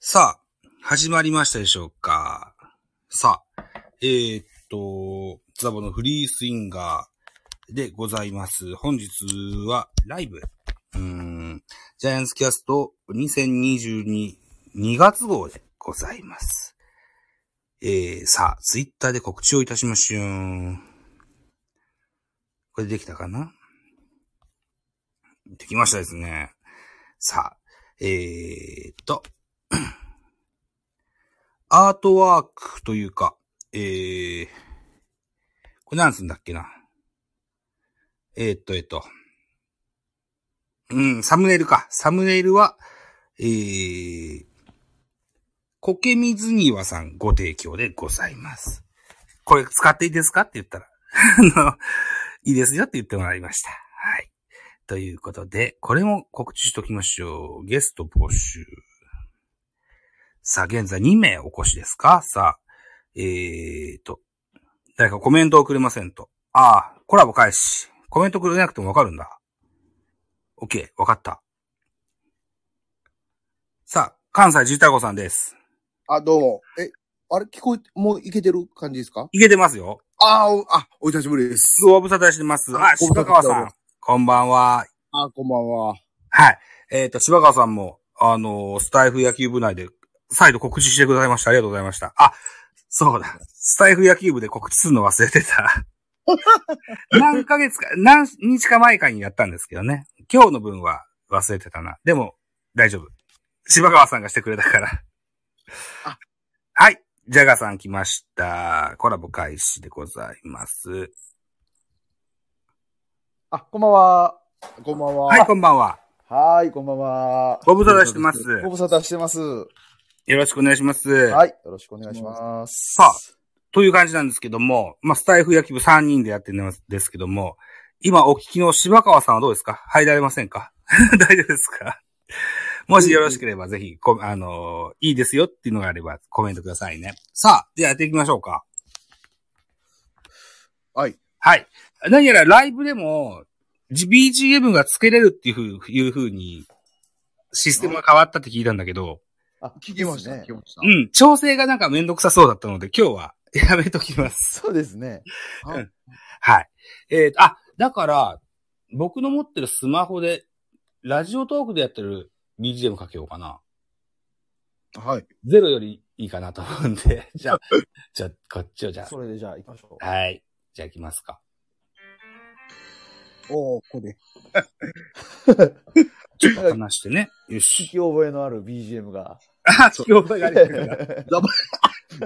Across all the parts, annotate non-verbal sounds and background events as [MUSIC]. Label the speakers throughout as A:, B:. A: さあ、始まりましたでしょうか。さあ、えー、っと、ザボのフリースインガーでございます。本日はライブ。うーん、ジャイアンツキャスト2022 2月号でございます。えー、さあ、ツイッターで告知をいたしましょう。これできたかなできましたですね。さあ、えー、っと、アートワークというか、えー、これ何すんだっけな。えー、っと、えーっと、うん、サムネイルか。サムネイルは、えー、コケミズニワさんご提供でございます。これ使っていいですかって言ったら、 [LAUGHS] あの、いいですよって言ってもらいました。はい。ということで、これも告知しときましょう。ゲスト募集。さあ、現在2名お越しですかさあ、えーと、誰かコメントをくれませんと。ああ、コラボ開始。コメントくれなくてもわかるんだ。オッケー、わかった。さあ、関西ジータコさんです。
B: あ、どうも。え、あれ聞こえ、もういけてる感じですか
A: いけてますよ。
B: あーお、あ、お久しぶりです。
A: ご無沙汰してます。あ、
B: ご無沙
A: 柴
B: 汰
A: 川さん。こんばんは。
B: あーこんばんは。
A: はい。えっ、と、柴川さんも、あのースタイフ野球部内で、再度告知してくださいました。ありがとうございました。あ、そうだ。スタイフ野球部で告知するの忘れてた。 [LAUGHS] 何ヶ月か、何日か前かにやったんですけどね。今日の分は忘れてたな。でも、大丈夫。柴川さんがしてくれたから
B: あ。
A: はい。ジャガさん来ました。コラボ開始でございます。
C: あ、こんばんは。
B: こんばんは。
A: はい、こんばんは。
C: はーい、こんばんは。
A: ご無沙汰してます
C: ご無沙汰してます。は
A: よろしくお願いします。
C: い、よろしくお願いします。
A: さあという感じなんですけども、まあ、スタイフ野球部3人でやってるんですけども、今お聞きの柴川さんはどうですか入られませんか [LAUGHS] 大丈夫ですかもしよろしければぜひ、こあのーいいですよっていうのがあればコメントくださいね。さあ、ではやっていきましょうか。
B: はい。
A: はい。何やらライブでも、じ BGM がつけれるっていうふういうふうに、システムが変わったって聞いたんだけど、
C: あ、
B: 聞きました、
C: です
B: 聞き
C: ね。
B: まし
A: うん、調整がなんかめんどくさそうだったので、今日はやめときます。
C: そうですね。
B: た。
A: うんはい。えーと、あ、だから、僕の持ってるスマホで、ラジオトークでやってる BGM かけようかな。
B: あはい。
A: ゼロよりいいかなと思うんで。 [LAUGHS] じゃあ、じゃあ、こっちをじゃ
C: それでじゃあ行きましょ
A: あ。はい。じゃあ行きますか。
B: おー、こ
C: [LAUGHS]
B: れで。
A: ちょっと話してね。よ
C: う。聞 [LAUGHS]
A: し。
C: き覚えのある BGM が。
A: あ、聞き覚えがありましたか
C: で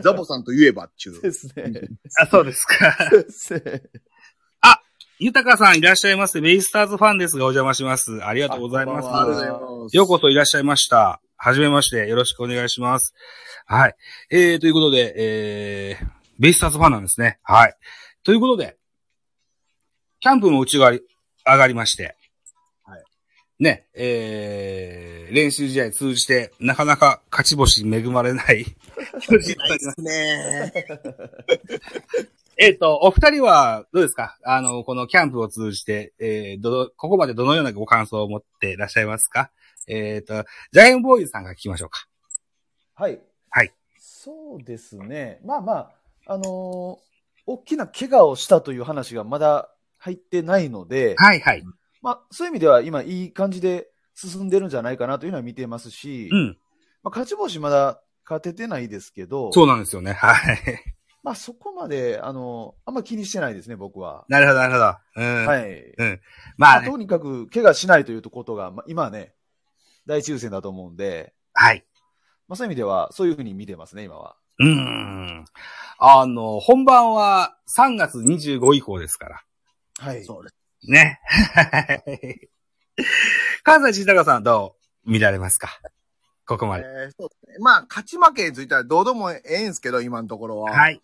B: ザボさんと言えばっちゅう。
C: すね。
A: [LAUGHS] あ、そうです
C: [LAUGHS]
A: か。
C: ですね。
A: 豊さんいらっしゃいませ。ベイスターズファンですがお邪魔します。ありがとうございます。
C: あこんばんは
B: ます
A: ようこそいらっしゃいました。はじめまして。よろしくお願いします。はい。えー、ということで、えー、ベイスターズファンなんですね。はい。ということで、キャンプもうちが上がりまして、
B: はい
A: ね、えー、練習試合通じて、なかなか勝ち星恵まれない、巨人たち
B: ですね。
A: [LAUGHS] えっ、と、お二人は、どうですかあの、このキャンプを通じて、えー、どの、ここまでどのようなご感想を持っていらっしゃいますかえっ、と、ジャイアンボーイズさんが聞きましょうか。
C: はい。
A: はい。
C: そうですね。まあまあ、あのー大きな怪我をしたという話がまだ入ってないので、
A: はいはい。
C: まあ、そういう意味では今いい感じで進んでるんじゃないかなというのは見てますし、
A: うん。
C: まあ、勝ち星まだ勝ててないですけど、
A: そうなんですよね。はい。 [LAUGHS]
C: まあそこまで、あの、あんま気にしてないですね、僕は。
A: なるほど、なるほど。うん。
C: はい。
A: まあ
C: まあ
A: ね。
C: とにかく、怪我しないということが、まあ、今はね、大抽選だと思うんで、
A: はい。
C: まあそういう意味では、そういうふうに見てますね、今は。
A: うーん。あの、本番は3月25以降ですから。
C: はい
B: そうです。
A: ね。 [LAUGHS] はい関西慎太郎さんはどう見られますかここま
B: え
A: で。
B: ーそうですね。まあ、勝ち負けについてはどうでもええんすけど、今のところは。。
A: はいい。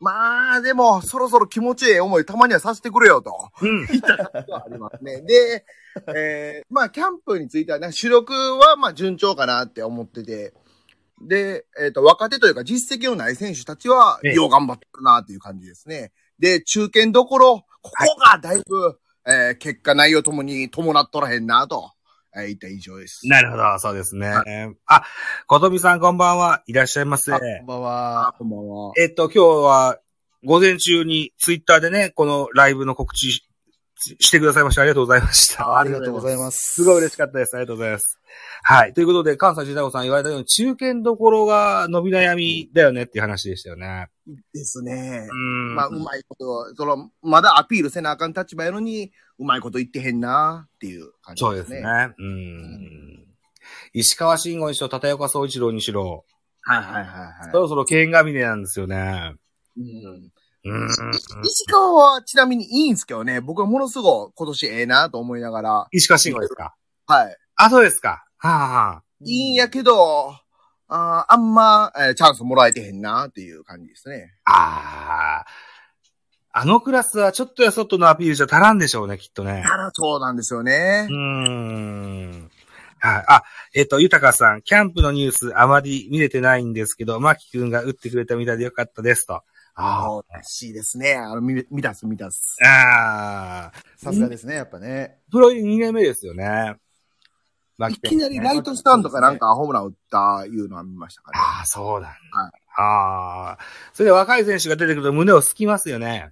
B: まあ、でも、そろそろ気持ちええ思い、たまにはさせてくれよと。
A: [LAUGHS] うん。
B: ありますね。で、えーまあ、キャンプについては、なんか主力は、まあ、順調かなって思ってて、で、えっ、と、若手というか、実績のない選手たちは、
A: ええ
B: よう頑張ってるなっていう感じですね。で、中堅どころ、ここがだいぶ、えー結果内容ともに伴っとらへんなと、えー一体以上です。
A: なるほど、そうですね。あ、ことみさんこんばんは。いらっしゃいませ。
C: あこんばんは。
B: こんばんは。
A: えっと、今日は、午前中にツイッターでね、このライブの告知ししてくださいました。ありがとうございました。
C: ありがとうございます。
A: すごい嬉しかったです。ありがとうございます。はい。ということで、関西慎太郎さん言われたように、中堅どころが伸び悩みだよねっていう話でしたよね。
B: ですね
A: う。ん。
B: まあ、うまいこと、その、まだアピールせなあかん立場やのに、うまいこと言ってへんなっていう感じ
A: そう
B: で
A: ですす
B: ね。
A: ね。うん。石川慎吾にしろ、片岡総一郎にしろ、
B: はいはいはい
A: そ
B: は
A: ろそろ剣が峰なんですよね。
B: い。うん
A: うん。
B: 石川はちなみにいいんですけどね、僕はものすごい今年ええなと思いながら、
A: 石川慎吾ですか
B: はい。
A: あ、そうですか。はあ、はあ。
B: いいんやけど、あーあんま、えーチャンスもらえてへんなっていう感じですね。
A: ああ。あのクラスはちょっとやそっとのアピールじゃ足らんでしょうね、きっとね。
B: ただそうなんですよね
A: うー。ん。はい。あ、えっ、と、豊さん、キャンプのニュースあまり見れてないんですけど、マキ君が打ってくれたみたいでよかったですと。ああ。
B: ああ、らしいですね。あの、見、見たす見たす。
A: ああ。
C: さすがですね、やっぱね。
A: プロ2年目ですよね。マ
B: い
A: キ
B: き
A: 君、
B: なりライトスタンドかなんかホームラン打ったいうのは見ましたかね。
A: ああ、そうなん
B: は
A: だ。ああ。それで若い選手が出てくると胸をすきますよね。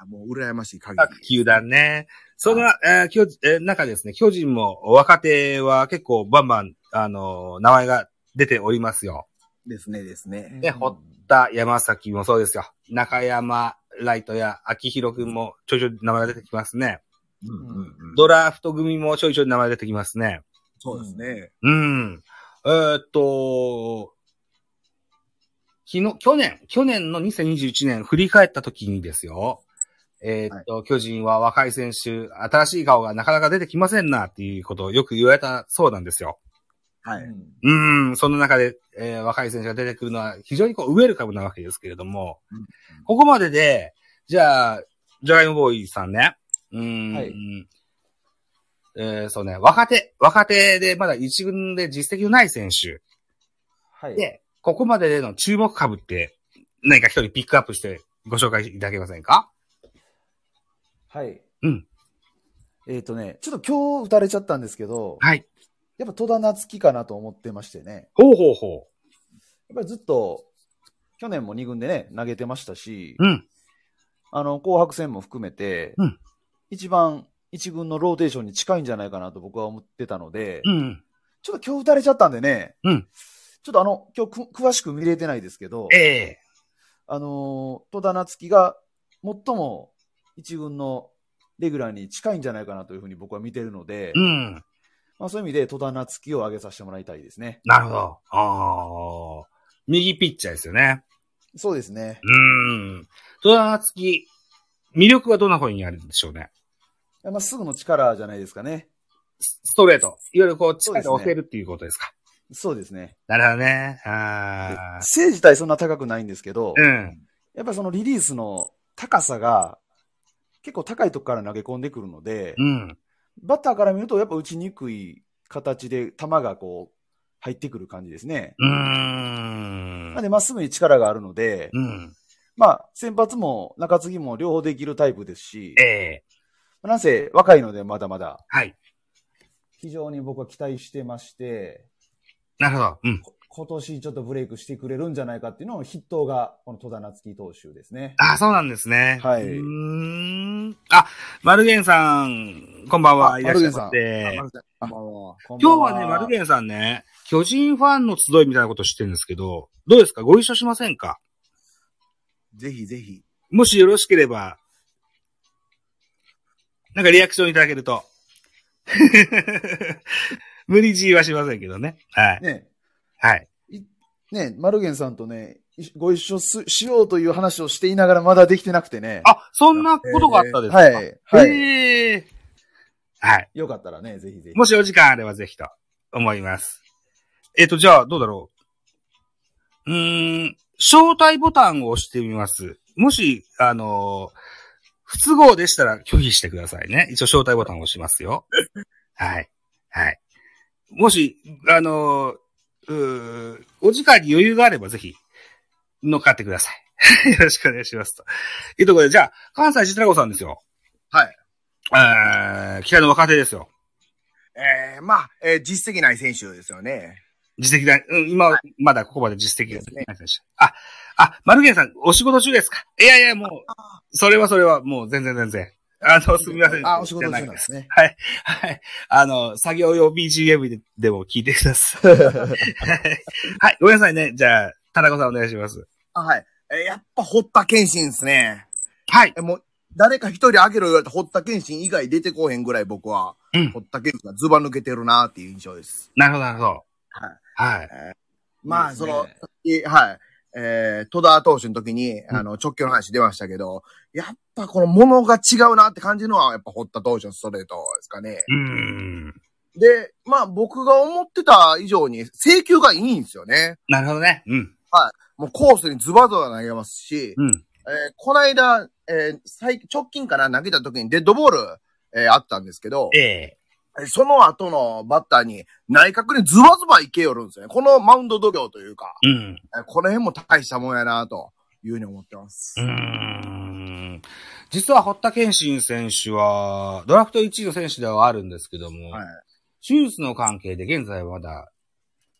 B: あもう羨ましい限
A: 各
B: り。
A: 球団ね。その、えー巨人えー中ですね、巨人も若手は結構バンバン、あのー名前が出ておりますよ。
B: ですね、ですね。
A: ねほ田山崎もそうですよ。中山、ライトや秋広くんもちょいちょい名前が出てきますね。
B: うんうんうん。
A: ドラフト組もちょいちょい名前が出てきますね。
B: そうですね。
A: うん。えーっと、昨日、去年、去年の2021年振り返った時にですよ。えーっと、巨人は若い選手、新しい顔がなかなか出てきませんなっていうことをよく言われたそうなんですよ。
B: は
C: う
B: い。
C: ん
A: うん、その中で、えー若い選手が出てくるのは非常にこうウェルカムなわけですけれども、
B: うん
A: ここまでで、じゃあ、ジャガイモボーイさんね、うん、
C: はい
A: えーそうね、若手、若手でまだ一軍で実績のない選手、
C: はい。
A: で、ここまででの注目株って、何か一人ピックアップしてご紹介いただけませんか
C: はい。
A: うん。
C: えっ、とね、ちょっと今日打たれちゃったんですけど、
A: はい。
C: やっぱ戸田夏樹かなと思ってましてね。
A: ほうほうほ
C: やっぱりずっと、去年も2軍でね、投げてましたし、
A: う。うん。
C: あの、紅白戦も含めて、
A: うん
C: 一番一軍のローテーションに近いんじゃないかなと僕は思ってたので、
A: うん。
C: ちょっと今日打たれちゃったんでね、
A: うん
C: ちょっとあの、今日く詳しく見れてないですけど、
A: ええ
C: あのー戸田夏樹が最も一軍のレギュラーに近いんじゃないかなというふうに僕は見てるので、
A: うん。
C: まあ、そういう意味で戸田夏樹を上げさせてもらいたいですね。
A: なるほど。ああ。右ピッチャーですよね。
C: そうですね。
A: うーん。戸田夏樹、魅力はどんな方にあるんでしょうね。
C: まあ、すぐの力じゃないですかね。
A: スストレート。いわゆるこう、
C: そ
A: 力
C: うで
A: です
C: ね
A: 押せるっていうことですか。
C: そうですね。
A: なるほどね。ああ。
C: 背自体そんな高くないんですけど、
A: うん。
C: やっぱりそのリリースの高さが結構高いとこから投げ込んでくるので、
A: うん。
C: バッターから見るとやっぱ打ちにくい形で球がこう入ってくる感じですね。
A: うーん
C: なん。でまっすぐに力があるので、
A: うん。
C: まあ先発も中継ぎも両方できるタイプですし
A: え、え
C: なんせ若いのでまだまだ
A: はい。
C: 非常に僕は期待してまして、
A: なるほど。うん。
C: こ今年ちょっとブレイクしてくれるんじゃないかっていうのを筆頭がこの戸田夏樹投手ですね。
A: ああ、そうなんですね。
C: はい
A: ー
C: う
A: ん。あ、マルゲンさん、こんばんは。
C: あ
A: いらっしゃいま
C: マル
B: あ
A: せ
B: ま。ずこんばんは
C: 今
A: 今日はね、マルゲンさんね、巨人ファンの集いみたいなことしてるんですけど、どうですかご一緒しませんか
B: ぜひぜひ。
A: もしよろしければ、なんかリアクションいただけると。 [LAUGHS] 無理強いはしませんけどね。はい。
C: ね、
A: はい。
C: ね、マルゲンさんとね、いご一緒すしようという話をしていながらまだできてなくてね。
A: あ、そんなことがあったですか、
C: は
A: え
C: い。はい。
A: えーはい。
C: よかったらね、ぜひぜひ。
A: もしお時間あればぜひと思います。えっ、と、じゃあ、どうだろう。うーん、招待ボタンを押してみます。もし、あのー不都合でしたら拒否してくださいね。一応招待ボタンを押します
C: [LAUGHS]
A: よ。はい。はい。もし、あのーうーお時間に余裕があればぜひ、乗っかってください。 [LAUGHS] よろしくお願いしますと。いうところで、じゃあ、関西シトラゴさんですよ。
B: はい。
A: えー、期待の若手ですよ。
B: えね。まあ、えー実績ない選手ですよね。
A: 実績だ、うん、今、まだここまで実績がない選手。あ、あ、マルゲンさん、お仕事中ですかいやいや、もう、それはそれは、もう全然全然。あの、すみません。
C: あ、お仕事中
A: じゃ
C: ないんですね。
A: はい。はい。あの、作業用 BGM ででも聞いてくださ
C: [LAUGHS]
A: い。はい。ごめんなさいね。じゃあ、田中さんお願いします。
B: あはい。えーやっぱ、堀田健信ですね。
A: はい。
B: えもう、誰か一人あげろ言われた堀田健信以外出てこうへんぐらい僕は、
A: うん
B: 堀田健信がズバ抜けてるなっていう印象です。
A: なるほど、なるほど。
B: はい。
A: はい。
B: まあ、
C: いいです
B: そ
C: ね
B: の、いはい。えー、戸田投手の時に、あの、直球の話出ましたけど、やっぱこの物が違うなって感じるのは、やっぱ堀田投手のストレートですかね。
A: うーん。
B: で、まあ僕が思ってた以上に、制球がいいんですよね。
A: なるほどね。うん。
B: もうコースにズバズバ投げますし、
A: うん。
B: えーこの間、えー最直近から投げた時にデッドボール、えーあったんですけど、
A: ええ
B: えその後のバッターに内角にズバズバいけよるんですよね。このマウンド度胸というか、
A: うん。
B: えーこの辺も大したもんやなというふうに思ってます。
A: うーん。実は、堀田健信選手は、ドラフト1位の選手ではあるんですけども、
B: はい
A: 手術の関係で現在はまだ、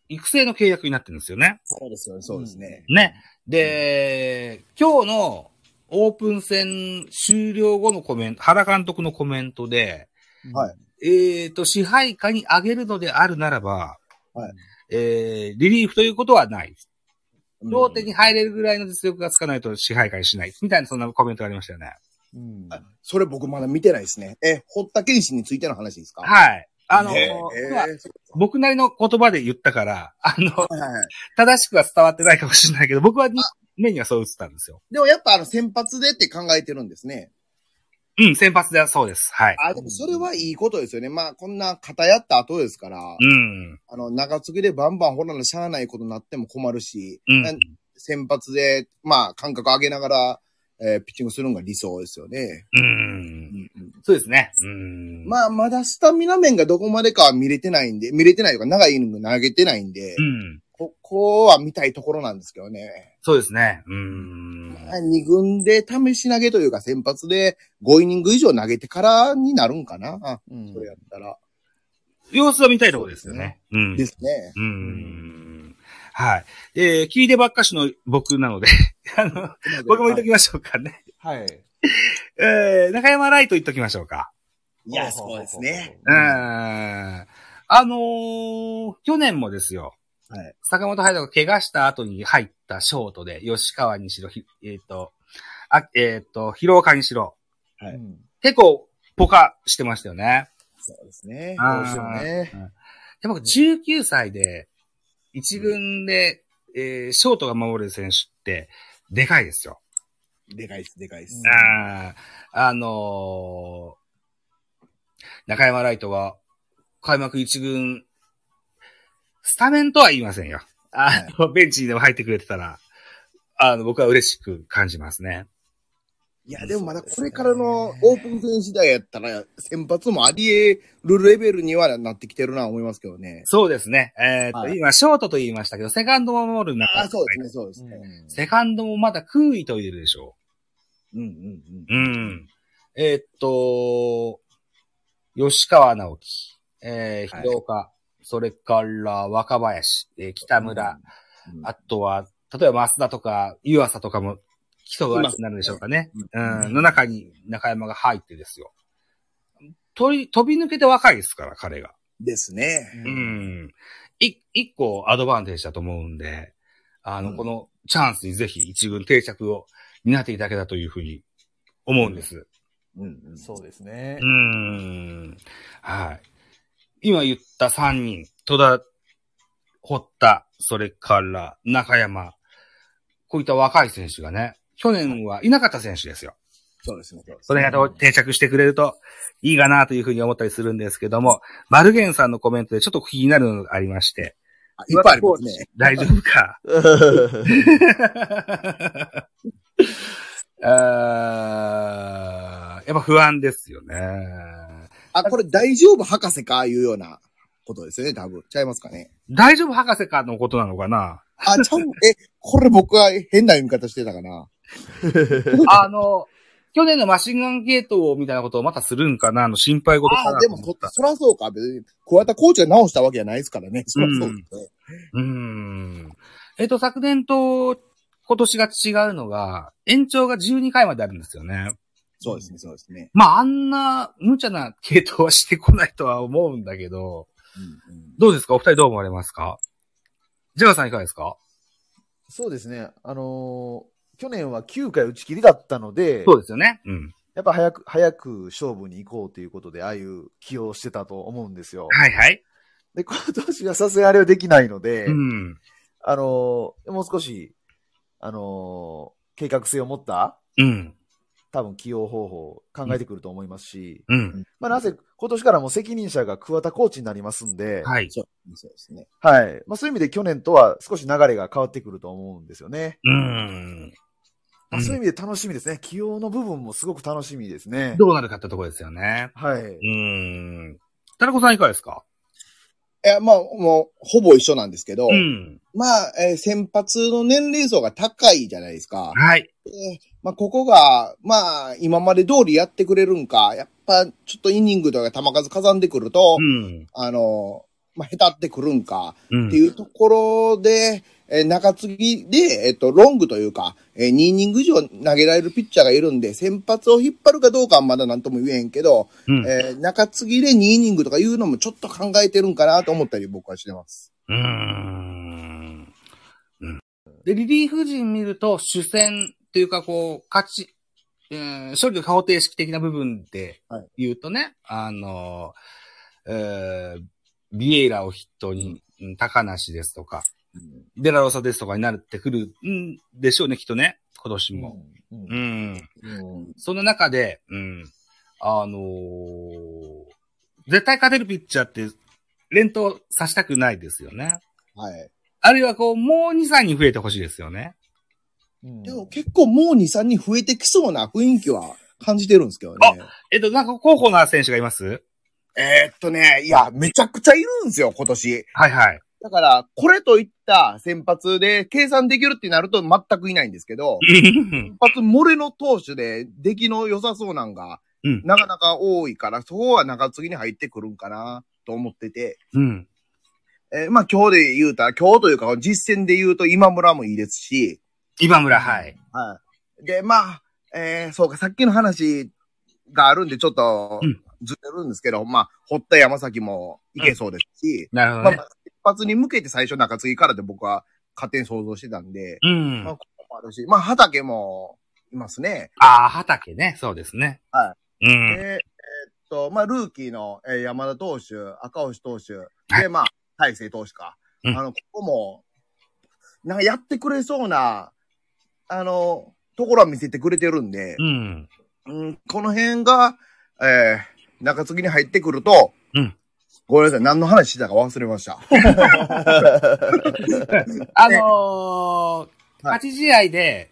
A: 育成の契約になってるんですよね。
B: そうですよね、そうですね。
A: ね。で、今日のオープン戦終了後のコメント、原監督のコメントで、
B: はい
A: えっ、と、支配下に上げるのであるならば、
B: はい
A: えー、リリーフということはない。
B: うん
A: ローテに入れるぐらいの実力がつかないと支配下にしない。みたいなそんなコメントがありましたよね。
C: うん。
B: それ僕まだ見てないですね。え、堀田健信についての話ですか
A: はい。あの、
B: ねえ
A: 僕は
B: ーそう
A: 僕なりの言葉で言ったから、あの、
B: はいはいはい
A: 正しくは伝わってないかもしれないけど、僕 [LAUGHS] はに目にはそう映ったんですよ。
B: でもやっぱあの先発でって考えてるんですね。
A: うん、先発ではそうです。はい。
B: あ、でもそれはいいことですよね。まあこんな偏った後ですから、
A: うん。
B: あの長継ぎでバンバンほらなしゃあないことになっても困るし、
A: うん
B: な。先発で、まあ感覚上げながら、えーピッチングするのが理想ですよね。
A: うん。そうですね。うん。
B: まあまだスタミナ面がどこまでかは見れてないんで、見れてないとか長いイニング投げてないんで、
A: うん。
B: ここは見たいところなんですけどね。
A: そうですね。うん。
B: 2軍で試し投げというか先発で5イニング以上投げてからになるんかな。
C: うん
B: それやったら。
A: 様子は見たいところですよね。うん。
B: ですね。
A: うん。はい。えー、聞いてばっかしの僕なので、 [LAUGHS] あの、僕も言っときましょうかね。
C: はい。
A: えー、中山ライト言っときましょうか。
B: いや、そうですね。
A: う。んあのー去年もですよ。
B: はい
A: 坂本隼人が怪我した後に入ったショートで、吉川にしろ、ひえっ、と、あえっ、と、広岡にしろ、
B: はい
C: うん
A: 結構、ポカしてましたよね。
B: そうですね。
A: あー
B: そうですよね。
A: で、僕、19歳で、一軍で、えーショートが守る選手って、でかいですよ。
B: でかいです、でかいです。
A: ああ、あのー中山ライトは、開幕一軍、スタメンとは言いませんよ。あの、ベンチにでも入ってくれてたら、あの、僕は嬉しく感じますね。
B: いや、でもまだこれからのオープン戦時代やったら、先発もあり得るレベルにはなってきてるな思いますけどね。
A: そうですね。えーっと、
B: はい
A: 今、ショートと言いましたけど、セカンドも守る中
B: ああ、そうですね、そうですね。
A: セカンドもまだ空位といるでしょ
B: うんうんうん。
A: う。うん。えーっと、吉川直樹、えー、
B: はい
A: 広岡、それから若林、えー北村、
B: うん。
A: あとは、例えば増田とか、湯浅とかも、基礎がになるでしょうかね。
B: ますね
A: うん。の中に中山が入ってですよ。飛び、飛び抜けて若いですから、彼が。
B: ですね。
A: う
C: うん
A: ん。い、一個アドバンテージだと思うんで、あの、
B: うん
A: このチャンスにぜひ一軍定着を担っていただけたというふうに思うんです。
B: うんうん
C: そうですね
A: う。ん。はい。今言った3人、戸田、堀田、それから中山、こういった若い選手がね、去年はいなかった選手ですよ。
B: そうですね。そうです
A: それが
C: うん
A: 定着してくれるといいかなというふうに思ったりするんですけども、マルゲンさんのコメントでちょっと気になるのがありまして、
B: あいっぱいありますね。
A: 大丈夫か
B: [LAUGHS]
A: [LAUGHS] あーやっぱ不安ですよね。
B: あ、これ大丈夫博士かいうようなことですよね、多分。ちゃいますかね。
A: 大丈夫博士かのことなのか
B: [LAUGHS]
A: な
B: あ、ちゃう、え、これ僕は変な読み方してたかな。
A: あの、去年のマシンガンゲートみたいなことをまたするんかな、あの心配事か
B: あ
A: な
B: あ、で
A: と
B: も
A: 思
B: そ
A: っ、た。
B: そらそうか。別に、桑田コーチが直したわけじゃないですからね。そらそうですね。
A: うーん。えっと、昨年と今年が違うのが、延長が12回まであるんですよね。
B: そうですね、そうですね。
A: まあ、あんな無茶な系統はしてこないとは思うんだけど、
B: うんうん
A: どうですかお二人どう思われますかジャガーさんいかがですか
C: そうですね。あのー去年は9回打ち切りだったので、
A: そうですよね。うん。
C: やっぱ早く、早く勝負に行こうということで、ああいう起用をしてたと思うんですよ。
A: はいはい。
C: で、今年はさすがにあれはできないので、
A: うん。
C: あのーもう少し、あのー計画性を持った、
A: うん。
C: 多分起用方法を考えてくると思いますし、
A: うん。
C: まあなぜ、今年からも責任者が桑田コーチになりますんで、はい。
A: はい。
B: そうですね。
C: まあそういう意味で去年とは少し流れが変わってくると思うんですよね。
A: うん。
C: まあそういう意味で楽しみですね。起用の部分もすごく楽しみですね。
A: どうなるかってとこですよね。
C: はい。
A: うん。タラコさんいかがですか
B: え、まあ、もう、ほぼ一緒なんですけど、
A: うん。
B: まあ、えー先発の年齢層が高いじゃないですか。
A: はい。
B: まあ、ここが、まあ、今まで通りやってくれるんか、やっぱ、ちょっとイニングとか球数かんでくると、
A: うん。
B: あの、まあ、下手ってくるんか、
A: うん。
B: っていうところで、えー中継ぎで、えっと、ロングというか、えー2イニング以上投げられるピッチャーがいるんで、先発を引っ張るかどうかはまだ何とも言えんけど、
A: うん。
B: えー中継ぎで2イニングとかいうのもちょっと考えてるんかなと思ったり僕はしてます。
A: うーんうんで、リリーフ陣見ると、主戦というか、こう、勝ち、うん、処理の方程式的な部分で
B: はい
A: 言うとね、あの、えービエイラを筆頭に、うん高梨ですとか、デラロサですとかになってくるんでしょうね、きっとね、今年
C: うん
A: も。
C: うん
A: うん。
B: うん
A: その中で、うん、あのー絶対勝てるピッチャーって、連投させたくないですよね。
B: はい。
A: あるいはこう、もう2、3に増えてほしいですよね。
C: うん
B: でも結構もう2、3人増えてきそうな雰囲気は感じてるんですけどね。
A: えっと、なんか候補な選手がいます
B: えーっとね、いや、めちゃくちゃいるんですよ、今年。
A: はいはい。
B: だから、これといった先発で計算できるってなると全くいないんですけど、 [LAUGHS]
A: うん。
B: 一発漏れの投手で出来の良さそうなんが、
A: うん
B: なかなか多いから、そこは中継ぎに入ってくるんかなと思ってて、
A: うん。
B: えーまあ今日で言うたら、今日というか実戦で言うと今村もいいですし、
A: 今村、はい。
B: はい。で、まあ、えーそうか、さっきの話があるんでちょっと
A: うん
B: ずれるんですけど、まあ、堀田山崎もいけそうですし、
A: なるほ
B: ま
A: ど
B: あ、
A: ね
B: 一。発に向けて最初中継ぎからで僕は勝手に想像してたんで、
A: うん。
B: まあ、
A: あ
B: ここもあるし、まあ、畑もいますね。
A: あー、畑ね。そうですね。。
B: はい
A: うん。
B: で、えーっと、まあ、ルーキーの、えー山田投手、赤星投手、
A: は
B: で、まあ、大勢投手か。
A: うん
B: あの、ここも、なんかやってくれそうな、あの、ところは見せてくれてるんで
A: う、ん。
B: うん、この辺が、えー、中継ぎに入ってくると、
A: うん
B: ごめんなさい、何の話してたか忘れました。
A: あのー、
B: は
A: 8試合で、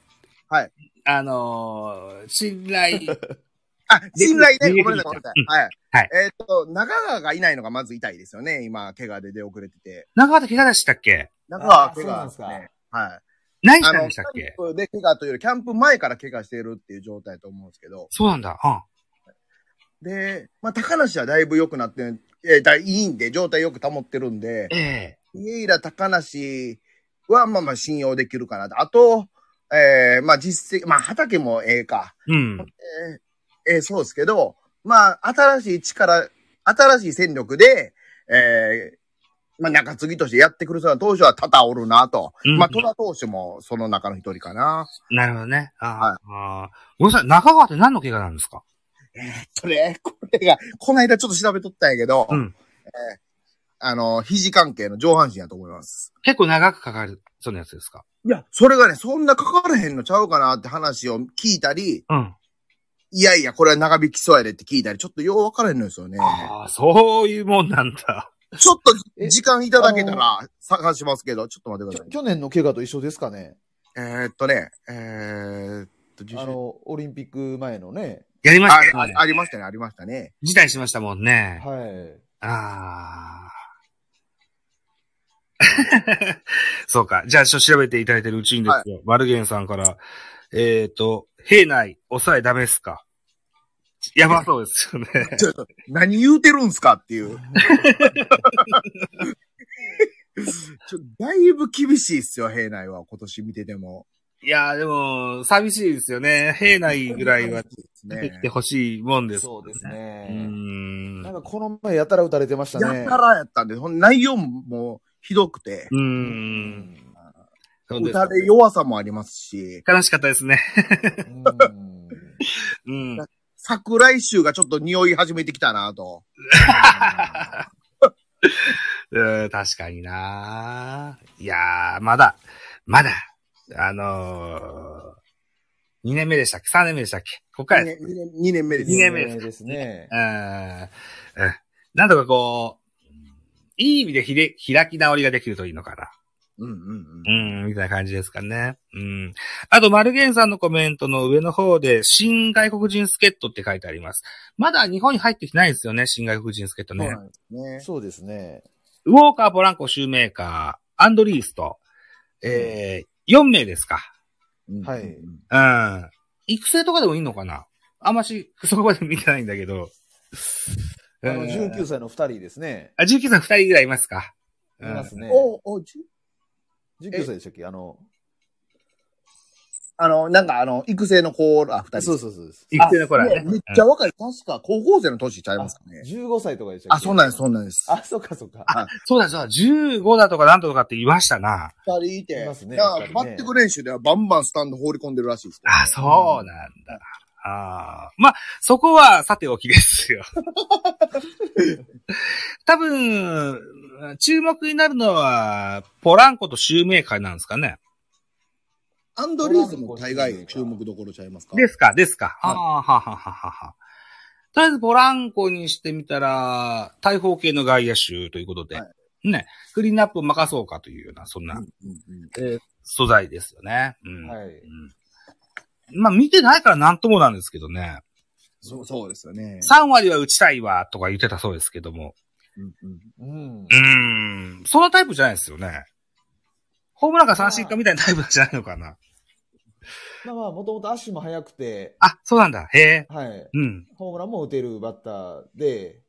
B: はい。
A: あのー、信頼。 [LAUGHS]
B: あ、信頼ね、
A: で
B: ごめんなさい、ごめんなさい。はい。
A: はい
B: えーっと、中川がいないのがまず痛いですよね、今、怪我で出遅れてて。
A: 中畑怪我でしたっけ
B: 中川は怪
C: あ
B: 我
C: ー
B: で
C: そ
B: す
C: うなんで
B: ね。はい。
A: 何し
B: あ
A: たん
B: の、
A: でし
B: キ
A: たっ
B: ャン
A: け
B: プで怪我というより、キャンプ前から怪我してるっていう状態と思うんですけど。
A: そうなんだ。うん。
B: で、まあ、高梨はだいぶ良くなって、えーだいいんで、状態よく保ってるんで、
A: ええ。
B: 家イラ高梨は、まあまあ信用できるかなと。あと、えーまあ実績、まあ畑もええか。
A: うん。
B: えーえーそうですけど、まあ、新しい力、新しい戦力で、えーまあ、中継ぎとしてやってくるそうな投手は多々おるなと。
A: うん
B: まあ、戸田投手もその中の一人かな。
A: なるほどね。あーあー。ごめんなさい。中川って何の怪我なんですか
B: それ、これが、この間ちょっと調べとったんやけど、
A: うん
B: えーあの、肘関係の上半身やと思います。
A: 結構長くかかる、そのやつですか
B: いや、それがね、そんなかからへんのちゃうかなって話を聞いたり、
A: うん。
B: いやいや、これは長引きそうやでって聞いたり、ちょっとよう分からへんのですよね。
A: ああ、そういうもんなんだ。
B: ちょっと
C: え
B: 時間いただけたら探しますけど、ちょっと待って
C: き
B: くだ
C: ょ
B: さい。
C: 去年の怪我と一緒ですかね。
B: えーっとね、えーっと、
C: あ
B: あ
C: の、オリンピック前のね。
A: やりま
B: あ
A: したね。
B: あありましたね、ありましたね。
A: 辞退しましたもんね。
C: はい。
A: ああ。 [LAUGHS] そうか。じゃあ、ちょっと調べていただいてるうちにですよ。ワルゲンさんから、えっ、と、兵内、抑えダメっすかやばそうですよね。
B: ちょっと、何言うてるんすかって
A: [LAUGHS]
B: いう。ちょだいぶ厳しいっすよ、兵内は。今年見てても。
A: いやーでも、寂しいですよね。兵内ぐらいは
B: です
A: 出て
B: ね
A: きて。ほしいもんです。
C: そうです
A: う
C: ね。
A: ーん。
C: なん
A: う
C: かこの前やたら打たれてました
B: や
C: ね。
B: たらやったんで、ほん内容ももうひどくて、
A: ー。
C: うんん。
A: そう
B: 打
A: です
B: たれ弱さもありますし、
A: 悲しかったですね。
B: [LAUGHS]
C: うん
A: うん。
B: 桜井衆がちょっと匂い始めてきたなと。
A: うん、確かにないやー、まだ、まだ、あのー、2年目でしたっけ ?3 年目でしたっけこっから
B: 2
A: です。
B: 年二年目です。
A: 二年目
C: ですね
A: う。ん。うんなんとかこう、いい意味でひれ、開き直りができるといいのかな。
B: うんうん
A: う。ん、みたいな感じですかね。うん。あと、マルゲンさんのコメントの上の方で、新外国人助っ人って書いてあります。まだ日本に入ってきてないですよね、新外国人助っ人
B: そう
A: ね
B: な。んですね。
C: そうですね。
A: ウォーカー、ポランコ、シューメーカー、アンドリースト、えー、4名ですか。
B: うん
C: はい
B: うん
A: うん。育成とかでもいいのかなあんまし、そこまで見てないんだけど。
C: あの、
A: うん
C: 19歳の2人ですね。
A: あ、19歳2人ぐらいいますか。
C: いますね。
B: おおじ
C: 19歳でしたっけあの、
B: あの、なんかあの、育成の子ら二人。
C: そうそうそうです。
A: 育成の頃は
B: ね
A: ね。
B: めっちゃ若い。確か高校生の年ちゃいますかね。
C: 15歳とかでしたっけ
B: あ、そうなんです、そうなんです。
C: あ、そうかそうか。
A: そうだそうだ、15だとかなんとかって言いましたな。
B: 二人いて。
C: いますね
B: だから
C: 二人ね
B: バッティング練習ではバンバンスタンド放り込んでるらしいですけど。
A: あ、そうなんだ。ああ。まあ、そこはさておきですよ。 [LAUGHS] 多分、注目になるのは、ポランコとシューメーカーなんですかね。
B: アンドリーズも大概注目どころちゃいますか
A: ですか、ですか。
B: は
A: はいあははははは。とりあえず、ポランコにしてみたら、大砲系の外野手ということで、
B: は
A: ね、クリーンアップを任そうかというような、そんな
B: うんうんうん
A: 素材ですよね。うん。
C: はい。
A: うん、まあ、見てないからなんともなんですけどね。
B: そうそうですよね。
A: 3割は打ちたいわ、とか言ってたそうですけども。
B: うんうん
C: うん
A: う。ーん。そんなタイプじゃないですよね。ホームランか三振かみたいなタイプじゃないのかな。
C: まあまあ、もともと足も速くて、
A: あ、そうなんだ。へえ。
C: はい。
A: うん。
C: ホームランも打てるバッターで、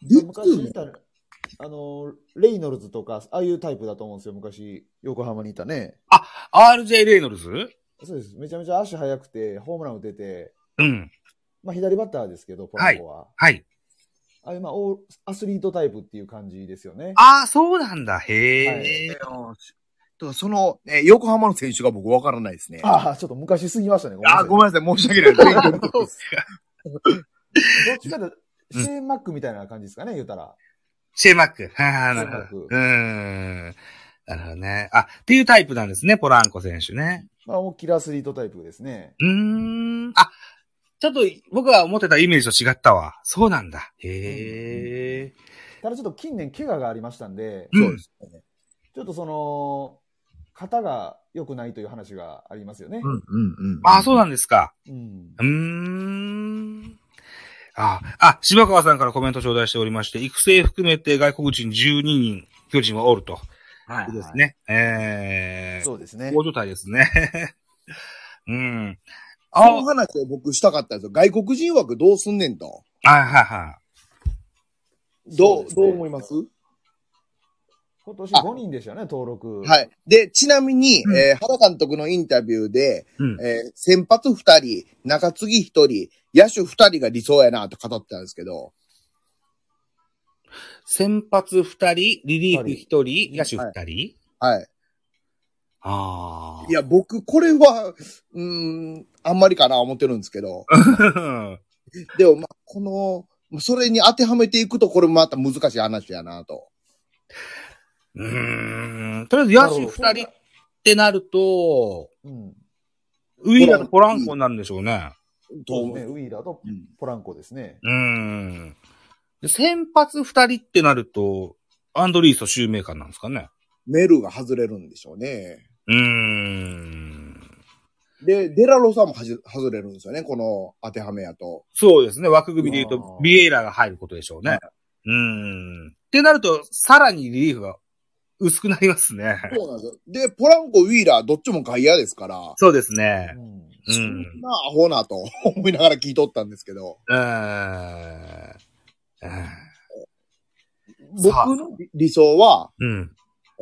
B: リッ
C: 昔
B: ツ
C: い
B: も
C: た、あの、レイノルズとか、ああいうタイプだと思うんですよ。昔、横浜にいたね。
A: RJ レイノルズ
C: そうです。めちゃめちゃ足速くて、ホームラン打てて、
A: うん。
C: まあ左バッターですけど、ポランコは。
A: はい。
C: ああいう、まあ、オールアスリートタイプっていう感じですよね。
A: ああ、そうなんだ。へえ。
B: とかその、えー横浜の選手が僕わからないですね。
C: ああ、ちょっと昔すぎましたね。ごめんなさ
B: あ、
C: い
B: ごめんなさい。申し訳ない。勉強不足
A: そう
B: で
A: っ
B: す
A: すか
C: どっちかというと、シェーンマックみたいな感じですかね、言うたら。
A: シェーマック。はあ、なる
C: シェーマ
A: ほ
C: ッ
A: ど。う
C: ク
A: ーん。なるほどね。あ、っていうタイプなんですね、ポランコ選手ね。
C: まあ、大きいアスリートタイプですね。
A: うーん。あ、ちょっと僕が思ってたイメージと違ったわ。そうなんだ。へえ。
C: ただちょっと近年怪我がありましたんで、
A: うん
B: そうですよね。
C: ちょっとその、肩が良くないという話がありますよね。
B: うんうんうん。
A: ああ、そうなんですか。
C: うん
A: うーん。あ、あ、柴川さんからコメント頂戴しておりまして、育成含めて外国人12人、巨人はおると。
B: はい
A: です。ね。えー、
C: そうですね
A: 大。所帯ですね。 [LAUGHS] うん。あ、
B: この
A: はい
B: 話を僕したかったんですよ。外国人枠どうすんねんと。
A: はいは
B: どう、
C: そうです
B: ど
C: ね
B: う思います
C: 今年
B: あ
C: 5人でしたね、登録。。
B: はいい。で、ちなみに、
A: うん
B: えー原監督のインタビューで、
A: い。うん。
B: えー先発二人、中継ぎ一人、野手二人が理想やなと語ってたんですけど、
A: 先発二人、リリーフ一人、野手二人、
B: はい。
A: あ
B: いや、僕、これは、うーん、あんまりかな思ってるんですけど、
A: あ。
B: でも、まあ、この、それに当てはめていくと、これまた難しい話やなと。
A: [LAUGHS] うーん。とりあえず野手二人ってなると、
C: うん。
A: ウィーラーとポランコになるんでしょうね。
B: と
C: そう
B: 思
C: です
B: う。
C: ね、ウィーラーと
B: うん
C: ポランコですね。
A: うーん。で先発二人ってなると、アンドリースとシューメーカーなんですかね。
B: メルが外れるんでしょうね。
A: うーん。
B: で、デラロさんもはじ外れるんですよね、この当てはめやと。
A: そうですね。枠組みで言う
C: あ
A: と
C: ー、
A: ビエイラが入ることでしょうね。うーん。ってなると、さらにリリーフが薄
C: [LAUGHS]
A: くなりますね。
B: そうなんですよ。で、ポランコ、ウィーラー、どっちも外野ですから、
A: そうですね
C: う。ん。
A: うん。
B: まあ、アホなと [LAUGHS] 思いながら聞いとったんですけど、
A: あーあ
B: 僕
A: さあ
B: の理想は、
A: ー。うん。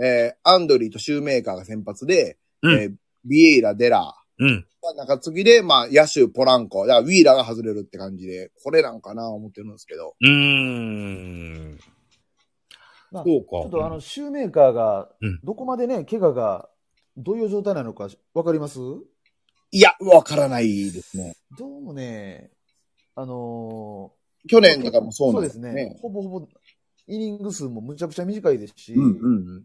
B: えーアンドリーとシューメーカーが先発で、
A: うん
B: えービエイラ、デラ
A: うん。
B: ー、中継ぎで、まあ、野手、ポランコ、だからウィーラーが外れるって感じで、これなんかな思ってるんですけど、
A: うーん。
C: まあ
A: そう
C: ちょっとあ
A: か。
C: のシューメーカーが
A: うん、
C: どこまでね、怪我がどういう状態なのかわかります
B: いや、わからないですね。
C: どうもね、あの
B: 去
C: ー
B: 年とかもそうなん
C: で
B: ですす
C: ね
B: ね。
C: ほぼほぼ、イニング数もむちゃくちゃ短いですし、
B: うんうん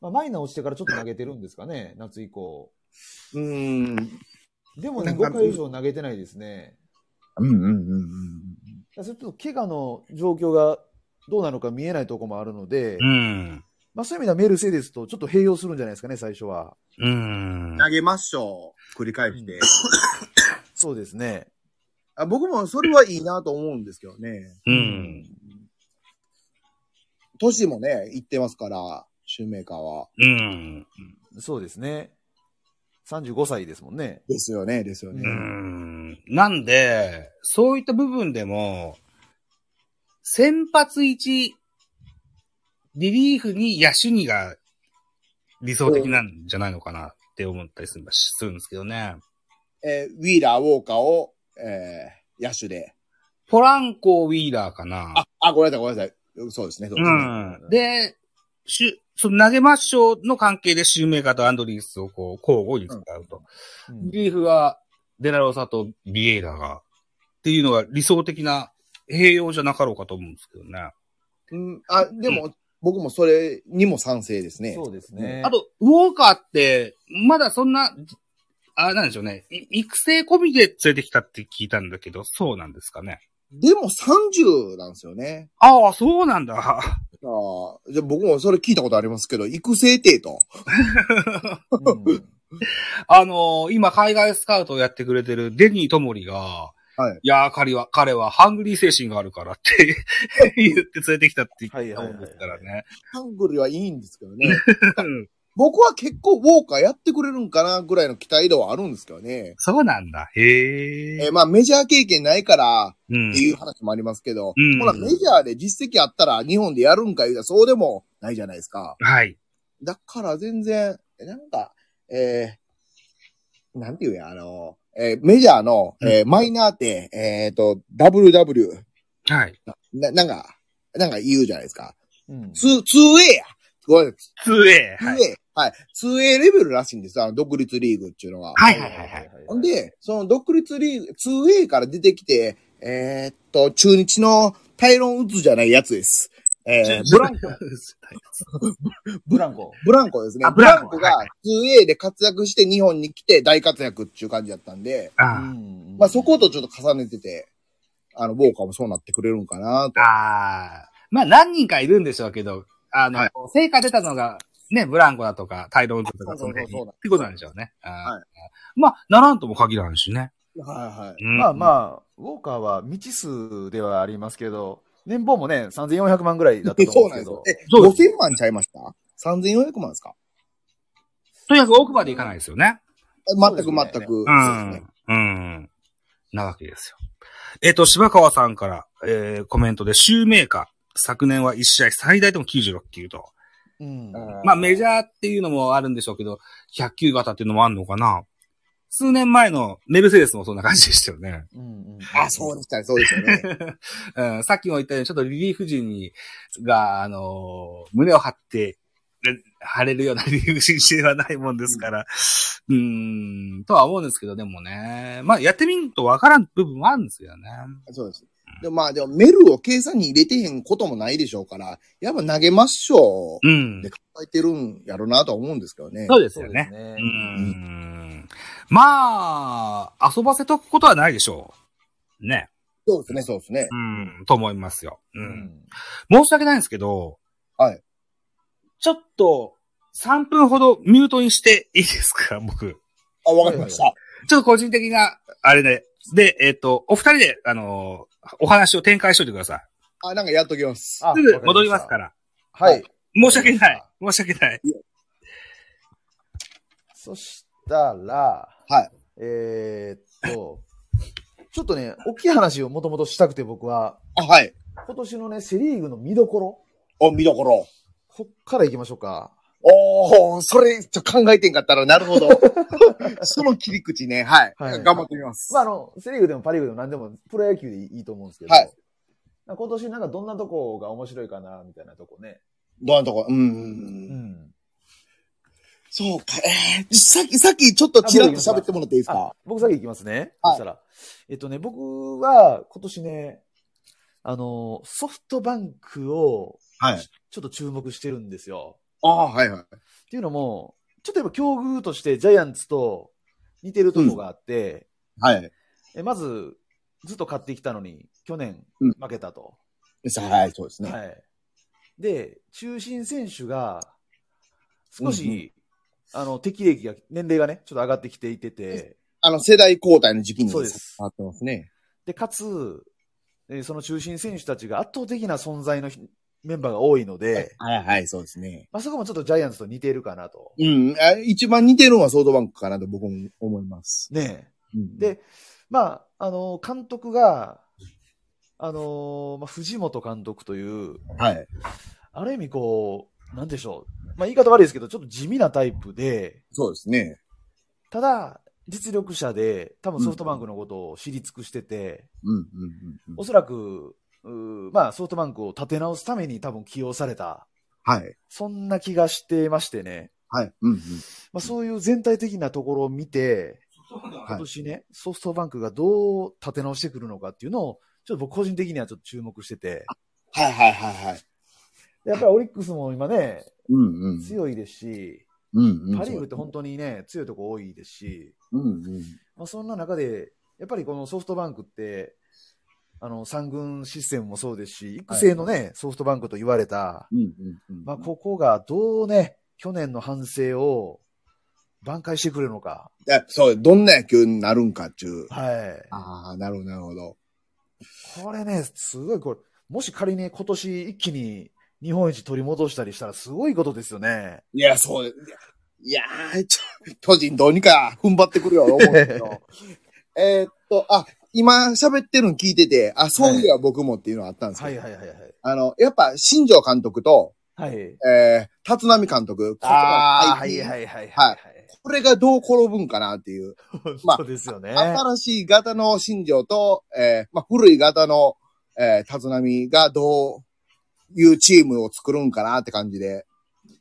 C: まあ、マイナー落ちてからちょっと投げてるんですかね、夏以降。
B: うん。うん。
C: でも
B: な
C: ね、
B: んか
C: 5回以上投げてないですね。
B: うんうんうんうん。
C: だからそれちょっと怪我の状況がどうなのか見えないとこもあるので、
A: うん。
C: まあそういう意味ではメルセデスとちょっと併用するんじゃないですかね、最初は。
A: うん。
B: 投げましょう。繰り返して。
C: そうですね。
B: あ僕もそれはいいなと思うんですけどね。
A: うん。
B: 年もね、行ってますから、シューメーカーは。
A: うん。
C: そうですね。35歳ですもんね。
B: ですよね、ですよね。
A: う
C: うん
A: ん。なんで、そういった部分でも、先発1、リリーフ2、野手2が理想的なんじゃないのかなって思ったりするするんですけどね。
B: えーウィーラー、ウォーカーを、えー、野手で。
A: ポランコ、ウィーラーかな。
B: あ、あ、ごめんなさい、ごめんなさい。そうですね、そうですね。
A: うん。で、しゅ、その投げ抹消の関係でシューメーカーとアンドリースをこう、交互に使うと。
C: うん
A: リリーフはデラロサとビエイラが、っていうのが理想的な併用じゃなかろうかと思うんですけどね。
B: うん、あ、でも、僕もそれにも賛成ですね。
C: そうですね。
A: あと、ウォーカーって、まだそんな、あ、なんでしょうね。い育成込みで連れてきたって聞いたんだけど、そうなんですかね。
B: でも30なんですよね。
A: ああ、そうなんだ。
B: あーじゃあ僕もそれ聞いたことありますけど、育成定と。
C: うん
A: [LAUGHS] あのー今海外スカウトをやってくれてるデニー・トモリが、
B: はい
A: いやー、彼は、彼はハングリー精神があるからって [LAUGHS] 言って連れてきたって言ったもんですからね。
B: ハングルはいいんですけど [LAUGHS] ね。
A: うん
B: 僕は結構ウォーカーやってくれるんかなぐらいの期待度はあるんですけどね。
A: そうなんだ。へ
B: え
A: え。
B: ーまあメジャー経験ないから
A: う
B: っ
A: ん
B: ていう話もありますけど、
A: うん
B: ほらメジャーで実績あったら日本でやるんか言うたらそうでもないじゃないですか。
A: はい。
B: だから全然、えなんか、えー、なんていうんや、あの、えーメジャーの、えーマイナーって、えっ、と、WW、
A: はい。
B: な、なんか、なんか言うじゃないですか。
C: うん
B: ツー 2A やごめんなさ、
A: つえ。はいい。
B: 2A。はい。2A レベルらしいんですあの、独立リーグっていうのは。
A: はいはいはいはい。
B: ほん、で、その独立リーグ、2A から出てきて、えーっと、中日のタイロン・ウッズじゃないやつです。えー、ブランコ。
C: ブランコ。
B: ブランコですね
A: あ。
B: ブ
A: ブラ
B: ラン
A: ン
B: コ
A: コ
B: が 2A で活躍して日本に来て大活躍っていう感じだったんで、
A: [LAUGHS] あ
B: まあそことちょっと重ねてて、あの、ウォーカーもそうなってくれるんかなと
A: あ。。ああ。まあ何人かいるんでしょうけど、あの、
B: は
A: 成果出たのが、ね、ブランコだとか、タイロンズとか、
B: そうそうそう
A: の辺に
B: そうだ
A: ってことなんでしょうね。は。
B: はい
A: まあ、ならんとも限らんしね。
B: はいはい。
A: うん
C: まあまあ、ウォーカーは未知数ではありますけど、年俸もね、3400万ぐらいだった
B: [LAUGHS] [LAUGHS]
C: と
B: そう
C: 思うん
B: なん
C: で
B: ですす
C: けど
B: よ。。え、
A: そうです
B: 5000万ちゃいました ?3400 万ですか
A: とにかく奥までいかないですよね。
B: え全く
C: そうですね
B: 全く。
A: う
B: そうですね
A: ん。うん。なわけですよ。えっ、と、柴川さんから、えーコメントで、シューメーカー。昨年は1試合最大でも96球と。
C: うん
A: まあメジャーっていうのもあるんでしょうけど、100球型っていうのもあるのかな。数年前のメルセデスもそんな感じでしたよね。
C: うんうん
B: あ、そうでしたね、そうでしたね。
A: う
B: [LAUGHS]
A: ん、さっきも言ったように、ちょっとリリーフ陣に、が、あのー胸を張って、れ張れるようなリリーフ陣ではないもんですから、うーん、とは思うんですけど、でもね、まあやってみんとわからん部分もあるんですよね。
B: そうです。でもまあ、でもメルを計算に入れてへんこともないでしょうから、やっぱ投げましょう。
A: うん
B: で。考えてるんやろうなとは思うんですけどね。
A: そうです
C: そう
A: よ
C: です
A: ね。
C: ね
A: う。ん。まあ、遊ばせとくことはないでしょう。ね。
B: そうですね、そうですね。
A: うん、と思いますよ。う。
C: うんん
A: 申し訳ないんですけど。
B: はい。
A: ちょっと、3分ほどミュートにしていいですか、僕。
B: あ、わかりました。
A: ちょっと個人的な、あれで。で、えっ、と、お二人で、あのーお話を展開しといてください。
B: あ、なんかやっときます。
C: あ
A: すぐ戻りますか。ら。
C: わりましたはい。
A: 申し訳ない。申し訳ない。
C: そしたら、
B: はい。
C: えーっと、ちょっとね、大きい話をもともとしたくて僕は、
B: あ、はい。
C: 今年のね、セリーグの見どころ、
B: お、見どころ。
C: こっから行きましょうか。
B: おー、それ、ちょ、考えてんかったら、なる
C: [LAUGHS]
B: ほど。その切り口ね、はい。
C: はい
B: 頑張ってみます。
C: まあ、あの、セリーグでもパリーグでも何でも、プロ野球でいいと思うんですけど、
B: はい
C: 今年なんかどんなとこが面白いかな、みたいなとこね。
B: どうなとこうんうん
C: う
B: うん。
C: ん。
B: そうか、えー、さっき、さっきちょっとちらっと喋ってもらっていいです
C: あ
B: か
C: 僕先行きますね。
B: はい
C: そしたら。えっとね、僕は今年ね、あの、ソフトバンクを
B: は。
C: ちょっと注目してるんですよ。
B: ああー、はいはい。
C: っていうのも、ちょっとやっぱ境遇としてジャイアンツと似てるとこがあって、
B: はい。
C: えまず、ずっと買ってきたのに、去年
B: うん
C: 負けたと。
B: さはい、そうですね。
C: はい。で、中心選手が、少し、
B: うんう
C: あの、適齢期が、年齢がね、ちょっと上がってきていてて、
B: あの、世代交代の時期に
C: そうです
B: 変わってますね。
C: で、かつ、えーその中心選手たちが圧倒的な存在のひメンバーが多いので、
B: はいはい、そうですね。
C: まあ、そこもちょっとジャイアンツと似てるかなと。
B: うん。あ一番似てるのはソードバンクかなと僕も思います。
C: ねえ
B: うん、
C: で、まあ、あの、監督が、あの、まあ、藤本監督という、
B: はい。
C: ある意味こう、なんでしょう。まあ、言い方悪いですけど、ちょっと地味なタイプで、
B: そうですね。
C: ただ、実力者で、多分ソフトバンクのことを知り尽くしてて、
B: うん、うん、うんうん。
C: おそらく、うーまあ、ソフトバンクを立て直すために多分起用された、
B: はい。
C: そんな気がしてましてね。
B: はい。うん、うん。
C: まあ、そういう全体的なところを見て、今年ね、ソフトバンクがどう立て直してくるのかっていうのを、ちょっと僕個人的にはちょっと注目してて、
B: はい、はい、はい、はい。
C: でやっぱりオリックスも今ね、
B: うん、うん。
C: 強いですし、
B: うん、うん。
C: パ・リーグって本当にね、強いとこ多いですし、
B: うん、うん。
C: まあ、そんな中で、やっぱりこのソフトバンクって、あの三軍システムもそうですし、育成のね、ソフトバンクと言われた、
B: うん、うん、うん。
C: まあ、ここがどうね、去年の反省を挽回してくれるのか。
B: いやそう、どんな野球になるんかっていう。
C: はい。
B: ああ、なるほど、なるほど。
C: これね、すごいこれ、もし仮に今年一気に日本一取り戻したりしたらすごいことですよね。
B: いや、そう。いやー、ちょ巨人どうにか踏ん張ってくるよ、思うんですけ
C: [LAUGHS]
B: ど。えーっと、あ、今喋ってるの聞いてて、あ、そういや僕もっていうのはあったんですけ
C: は
B: ど、
C: いはいはいはい。
B: あの、やっぱ、新庄監督と、
C: はい。
B: えー、立浪監督。
C: ああ、は
B: ここ
C: い
B: が入って
C: はいはい。
B: はいこれがどう転ぶんかなっていう。まあ
C: そうですよね。
B: 新しい型の新庄と、えー、まあ、古い型の、えー、立浪がどういうチームを作るんかなって感じで。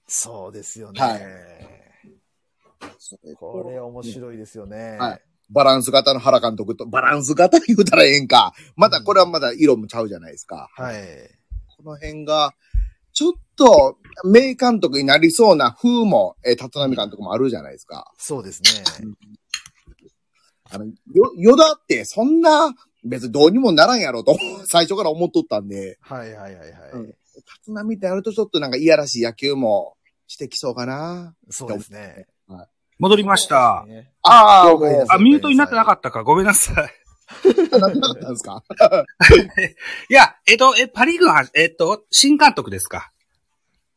C: そうですよね。
B: はい
C: これ面白いですよね。
B: はいバランス型の原監督と、バランス型言うたらええんか。まだ、これはまだ色もちゃうじゃないですか。
C: はい。
B: この辺が、ちょっと、名監督になりそうな風も、えー、立浪監督もあるじゃないですか。
C: そうですね。
B: あの、よ、よだって、そんな、別にどうにもならんやろと、最初から思っとったんで、
C: はいはいはいはい。
B: うん立浪ってやるとちょっとなんかいやらしい野球もしてきそうかな。
C: そうですね。
A: 戻りました。
C: ね
B: ああ、
C: もう
B: も
A: あ、ミュートになってなかったか。ごめんなさい。 [LAUGHS]
B: う、なってなかったんですか
A: いや、えっと、え、パリーグの話、えっと、新監督ですか。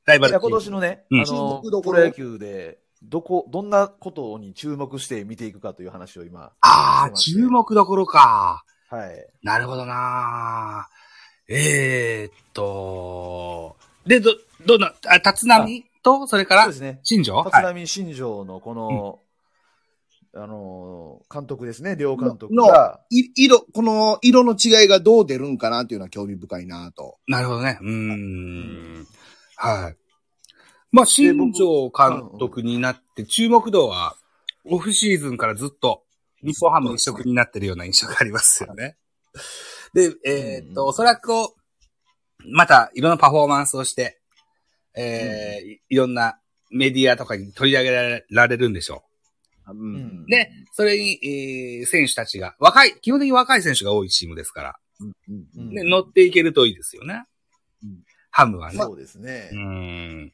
A: ライバ
C: い
A: ル
C: や
A: チー
C: 今
A: ム。
C: 年のね、
A: うん
C: あの、
B: 注目ど
C: プ
B: ころ
C: ロ野球で、どこ、どんなことに注目して見ていくかという話を今。
A: ああ、
C: してまして
A: 注。目どころか。
C: はい。
A: なるほどなーえー、っと、で、ど、どんな、あ、立浪と、それか
C: そう
A: ら
C: で、すね。
A: 新庄
C: 立
A: はい。
C: 浪新庄のこの、あのー、監督ですね、両監督
B: の
C: が。
B: い色、この色の違いがどう出るんかなっていうのは興味深いなと。
A: なるほどね。うーん。はい。まあ、新庄監督になって、注目度は、オフシーズンからずっと、日本ハム一色になってるような印象がありますよね。で、えーっ
C: うんうん
A: と、おそらくこう、また、いろんなパフォーマンスをして、えーいいろんなメディアとかに取り上げられるんでしょ
B: う
C: うん
B: ん
A: で、それに、えー選手たちが、若い、基本的に若い選手が多いチームですから、
B: うん
A: ね
C: うん
A: 乗っていけるといいですよね。
B: うん
A: ハムはね。
C: そうですね
A: うー。ん。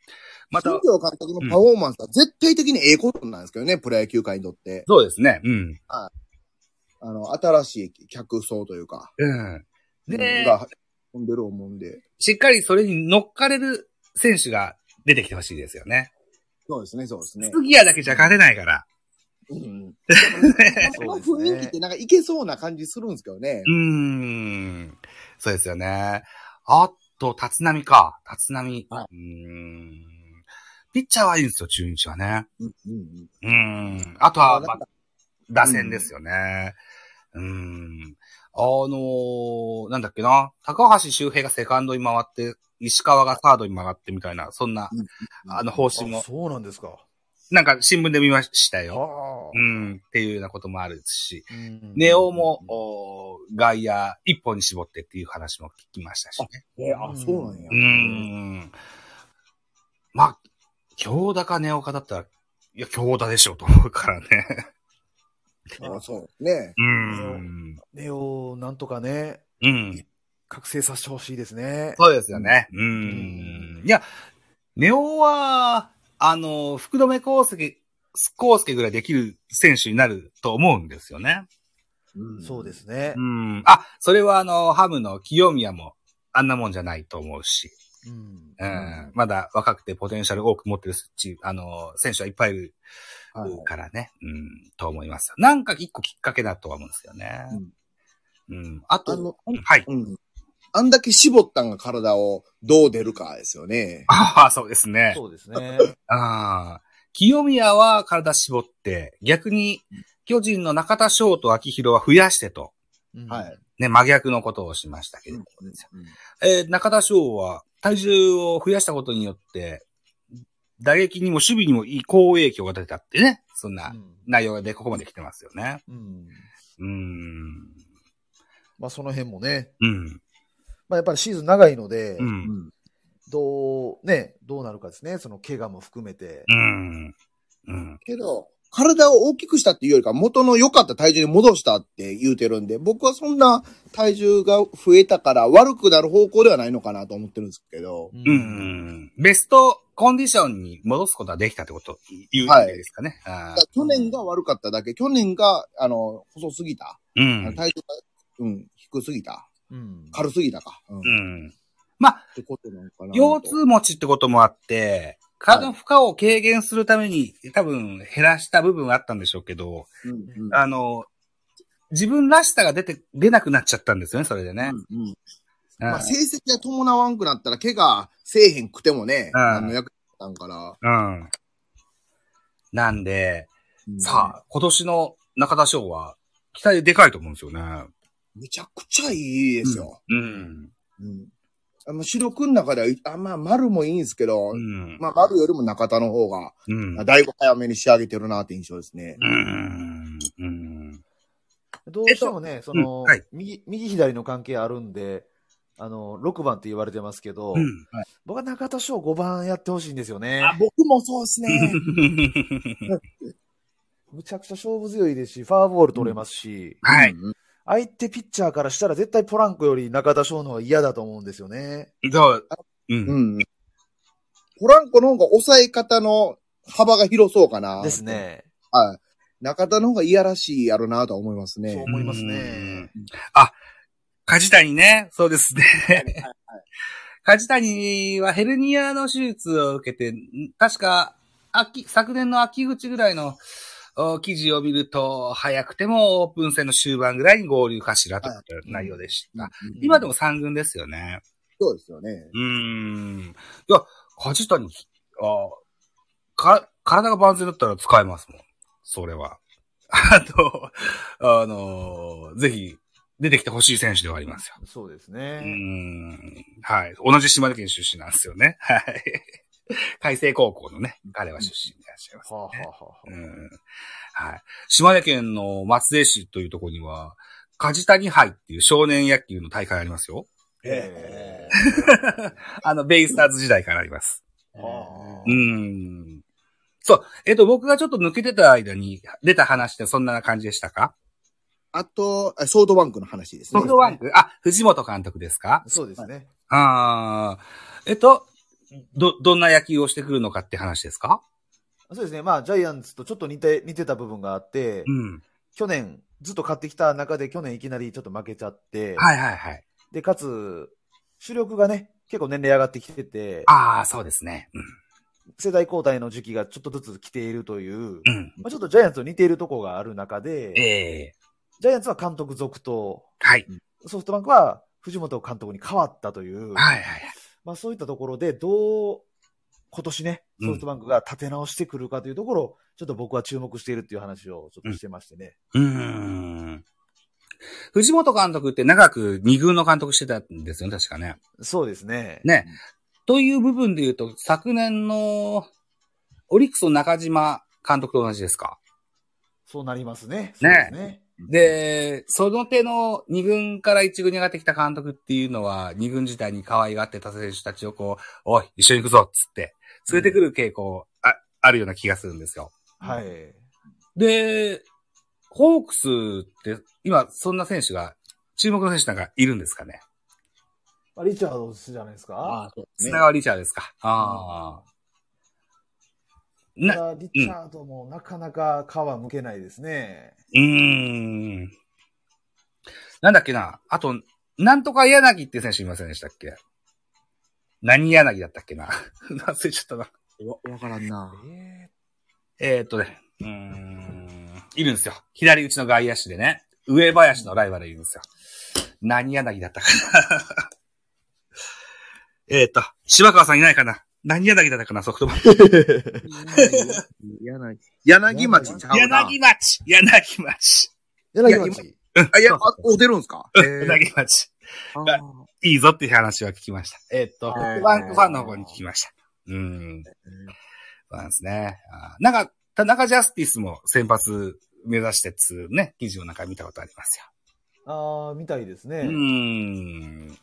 A: また
B: 新、庄監督のパフォーマンスは絶対的にええことなんですけどね、プロ野球界にとって。
A: そうですね。うん。
B: あの、新しい客層というか、
A: うん。で、
B: が、飛んでる思うんで。
A: しっかりそれに乗っかれる選手が出てきてほしいですよね。
B: そうですね、そうですね。
A: 杉谷だけじゃ勝てないから。
B: うんこの
C: そうですね
B: 雰囲気ってなんかいけそうな感じするんですけどね
A: う。ーん。そうですよね。あと、立浪か。立浪。
B: は
A: うーん。ピッチャーはいいんですよ、中日はね。
B: うんうんうん
A: うーん。あとは、ま
B: なん
A: あ、打線ですよね。うーん。あのー、なんだっけな。高橋周平がセカンドに回って、石川がサードに回ってみたいな、そんな、あの、方針
C: あ
A: も、
C: そうなんですか。
A: なんか新聞で見ましたよ。
C: あ
A: う。ん。っていうようなこともあるし。
C: うん
A: ネオも、、おー外野一本に絞ってっていう話も聞きましたしね。
B: えあ、そうなんや
A: うー。ん。まあ、京田かネオかだったら、いや、京田でしょうと思うからね。
B: あそうね。
A: うーん。
C: ネオ、なんとかね、
A: うん。
C: 覚醒させてほしいですね。
A: そうですよね。うーん。いや、ネオは、あの、福留孝介、康介ぐらいできる選手になると思うんですよね。
C: そうですね
A: う。ん。あ、それはあの、ハムの清宮も、あんなもんじゃないと思うし。
C: うん
A: うん
B: うん
A: まだ若くてポテンシャル多く持ってるチーム、あの、選手はいっぱいいる
B: はい
A: からね、うん、と思いますよ。なんか一個きっかけだとは思うんですよね。うん。あと、
B: あの
A: はい。 [LAUGHS]
B: うん。あんだけ絞ったんが体をどう出るかですよね。
A: ああ、そうですね。
C: そうですね。
A: ああ。清宮は体絞って、逆に巨人の中田翔と秋広は増やしてと、
C: うん
B: はい。
A: ね、真逆のことをしましたけど。えー中田翔は体重を増やしたことによって、打撃にも守備にもいい好影響が出たってね、そんな。内容でここまで来てますよね。
C: うんうん
A: うーん。
C: まあ、その辺もね、
A: うん。
C: まあ、やっぱりシーズン長いので、
A: うん。
C: どう、ね、どうなるかですね。その怪我も含めて
A: う。ん。うん。
B: けど、体を大きくしたっていうよりか、元の良かった体重に戻したって言うてるんで、僕はそんな体重が増えたから悪くなる方向ではないのかなと思ってるんですけど。
C: う
A: う。ん。ベストコンディションに戻すことはできたってこと、言うわけですかね。あ
B: だ
A: ー
B: から去年が悪かっただけ、去年が、あの、細すぎた。
A: う
B: あの
A: ん。
B: 体重が、うん、低すぎた。
C: うん
B: 軽すぎたか。うん。
A: う
B: っ
A: ん。まあ、
B: てことなのかなと。
A: 腰痛持ちってこともあって、体の負荷を軽減するために、多分減らした部分があったんでしょうけど、
B: うんうん。
A: あの、自分らしさが出て、出なくなっちゃったんですよね、それでね。
B: うんうん
A: うん
B: まあ、成績が伴わんくなったら、怪我せえへんくてもね、
A: うん
B: 何の役に立たんから。
A: うん。なんで、さ
B: あ。
A: あ、今年の中田翔は、期待でかいと思うんですよね。
B: めちゃくちゃいいですよ。
A: うん。
B: うん。あの、主力の中では、あまあ、丸もいいんですけど、
A: うん。
B: まあ、丸よりも中田の方が、
A: うん。
B: だいぶ早めに仕上げてるなって印象ですね。
A: うん。うん。
C: どうしてもね、その、
A: うんはい
C: 右、右左の関係あるんで、あの、6番って言われてますけど、
A: うん。
C: 僕は中田翔5番やってほしいんですよね。
B: あ、僕もそうですね。
C: むちゃくちゃ勝負強いですし、ファーボール取れますし、
A: [LAUGHS] [LAUGHS] はい。
B: うん。
C: 相手ピッチャーからしたら絶対ポランコより中田翔の方が嫌だと思うんですよね。
A: そう。う。
B: うんん。ポランコの方が抑え方の幅が広そうかな。
C: です。ね。
B: はい。中田の方がいやらしいやろなとは思います
C: そう
B: ね。
C: 思いますね。
A: あ、梶谷ね。そうですね。梶谷はヘルニアの手術を受けて、ん確か、秋、昨年の秋口ぐらいの、お記事を見ると、早くてもオープン戦の終盤ぐらいに合流かしらという内容でした。
B: うん
A: 今でも三軍ですよね。
B: そうですよね。
A: うーん。いや、梶谷、あか、体が万全だったら使えますもん。それは。 [LAUGHS] あと、あのーぜひ、出てきてほしい選手ではありますよ。
C: そうです
A: うー
C: ね。
A: ん。はい。同じ島根県出身なんですよね。はい。 [LAUGHS] 海星高校のね、彼は出身でいらっしゃいます。
C: はあ、はあはあはあ
A: うん。はい。島根県の松江市というところには、梶谷杯っていう少年野球の大会ありますよ。 [LAUGHS]
C: え
A: あの、ベイスターズ時代からあります。
C: えはあ
A: うん。そう。えっと、僕がちょっと抜けてた間に出た話ってそんな感じでしたか
B: あと、あソフトバンクの話です
A: ソ
B: ね。
A: フトバンクあ、藤本監督ですか
C: そうですね。
A: ああ。えっと、ど、どんな野球をしてくるのかって話ですか
C: そうですね。まあ、ジャイアンツとちょっと似て、似てた部分があって、
A: うん。
C: 去年、ずっと勝ってきた中で、去年いきなりちょっと負けちゃって、
A: はいはいはい。
C: で、かつ、主力がね、結構年齢上がってきてて、
A: ああ、そうですね。
C: 世代交代の時期がちょっとずつ来ているという、
A: うん。
C: まあ、ちょっとジャイアンツと似ているところがある中で、
A: ええ
C: ジャイアンツは監督続投、
A: はい。
C: ソフトバンクは藤本監督に変わったという、
A: はいはいはい。
C: まあそういったところで、どう、今年ね、
A: うん
C: ソフトバンクが立て直してくるかというところを、ちょっと僕は注目しているっていう話をちょっとしてましてね。
A: うーん。藤本監督って長く二軍の監督してたんですよね、確かね。
C: そうですね。
A: ねという部分で言うと、昨年のオリックスの中島監督と同じですか。
C: そうなりますね。そうですね。
A: で、その手の二軍から一軍に上がってきた監督っていうのは、二軍時代に可愛がってた選手たちをこう、おい、一緒に行くぞっつって、連れてくる傾向、あ、あるような気がするんですよ。
C: はい。
A: で、ホークスって、今、そんな選手が、注目の選手なんかいるんですかね
C: まあ、リチャードスじゃないですか。
B: ああ、そうです
A: 砂
B: ね。
A: 川リチャーですか。ああ。な、
C: ただリチャードもなかなか皮むけないですね。
A: うーん。なんだっけな。あと、なんとか柳って選手いませんでしたっけ何柳だったっけな。 [LAUGHS] 忘れちゃったな。
B: わわからんな。
C: え
A: えー、っとね。うーん。いるんですよ。左打ちの外野手でね。上林のライバルいるんですよ。何柳だったかな。 [LAUGHS] えーっと、柴川さんいないかな。何柳だったかな、ソフトバンク。
B: 柳。柳町ちゃうな。
A: 柳町柳町
C: ー、柳町。
B: あ、いや、あ、お、出るんすか
A: 柳町。
B: あ
A: が
B: ー
A: いいぞっていう話は聞きました。えーっと、ソ
B: はい
A: フトバンクファンの方に聞きました。うん。そうなんですね。あーなんか、田中ジャスティスも先発目指してっつうね、記事をなんか見たことありますよ。
C: ああ、みたいですね。
A: うん。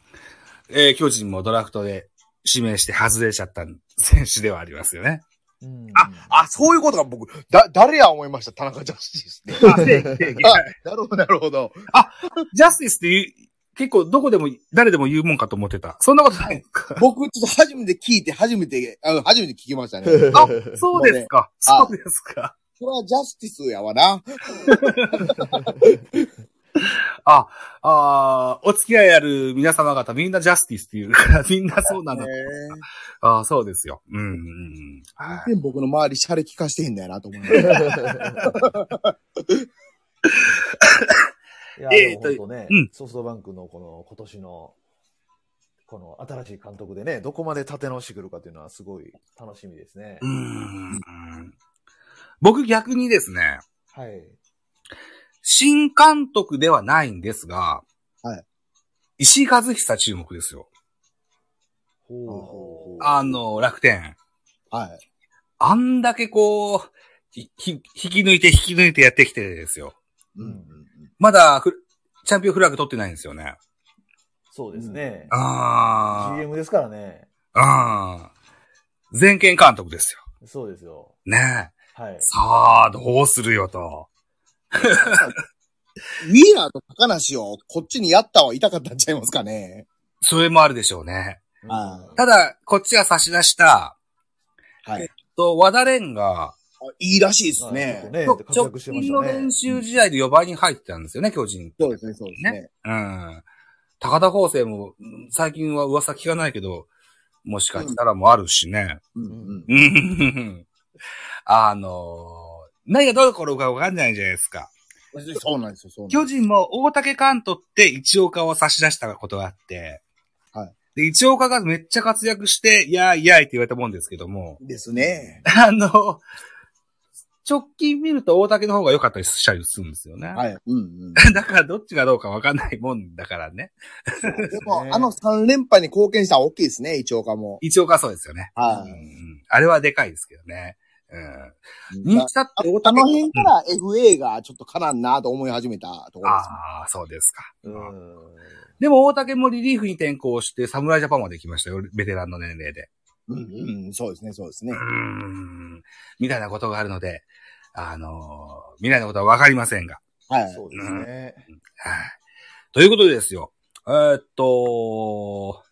A: えー巨人もドラフトで指名して外れちゃった選手ではありますよね。
C: うん
B: あ、あ、そういうことが僕、だ、誰や思いました、田中ジャス [LAUGHS] ティス
A: あ、正義、正義。
B: あなるほど、なるほど。
A: ジャスティスって言う結構どこでも、誰でも言うもんかと思ってた。そんなことないの
B: [LAUGHS]
A: か。
B: 僕、ちょっと初めて聞いて、初めて、あ初めて聞きましたね。 [LAUGHS]
A: あ、そうですか。そ
B: も
A: ううですか。
B: これはジャスティスやわな。
A: あ、あーお付き合いある皆様方みんなジャスティスって言うから、みんなそうなんだ。あーそうですよ。うん、うんうん。はい
B: 全然僕の周り、シャレ聞かしてへんだよな、と思いま [LAUGHS] した。
C: [LAUGHS] いや、
A: えー
C: でも
A: と
C: 本当ね、
A: うん
C: ソフトバンクのこの今年の、この新しい監督でね、どこまで立て直してくるかというのはすごい楽しみですね。
A: うーん僕逆にですね、
C: はい。
A: 新監督ではないんですが、
B: はい
A: 石井和久注目ですよ。
C: ほ
B: ほ
C: う
B: うほ
C: ほ
B: う
C: う
A: あの、楽天。
B: はい。
A: あんだけこう、ひ、ひ引き抜いて引き抜いてやってきてですよ。
C: うん
A: まだフル、チャンピオンフラッグ取ってないんですよね。
C: そうですね。
A: あー
C: GM ですからね。
A: あー。全権監督ですよ。
C: そうですよ。
A: ねえ。
C: はい。
A: さあ、どうするよと。
B: ウィーラーと高梨をこっちにやったはいたかったんちゃいますかね。
A: それもあるでしょうね。
C: うん
B: あ
A: ただ、こっちが差し出した、
B: はい。
A: と、和田蓮が、
B: いいらしいです
C: まあちょっと
B: ね。
C: ね、
A: 直
C: 活躍してま
A: 近
C: し
A: の
C: たね
A: 練。習試合で4番に入ってたんですよね、巨人。
B: そうですね、そうですね。
A: うん。高田康生も、最近は噂聞かないけど、もしかしたらもあるしね。
B: うんうん
A: うん。あのー何がどう転ぶかわかんないじゃないですか。
B: そうなんですよ、そうなんです
A: 巨人も大竹関東って一岡を差し出したことがあって、
B: はい。
A: で、一岡がめっちゃ活躍して、いやーいやーいって言われたもんですけども、 [LAUGHS]
B: ですね。
A: あの、直近見ると大竹の方が良かったりしたりするんですよね。
B: はい。うんうん。
A: [LAUGHS] だからどっちがどうかわかんないもんだからね。
B: でも、あの3連覇に貢献したのは大きいですね、一岡も。
A: 一応かそうですよね。
B: は
A: うんう
B: い。
A: んあれはでかいですけどね。うん。人気だって大
B: あの
A: 竹。
B: 辺から FA がちょっとかなんなと思い始めたところですね。
A: ああ、そうですか。
C: うん。
A: でも大竹もリリーフに転向して、侍ジャパンまで来ましたよ。ベテランの年齢で。
B: うんうん、そうですね、そうですね
A: う。ん。みたいなことがあるので、あのー未来のことはわかりませんが。
B: はい。
C: そうですね。
A: はい。ということでですよ。えーっと、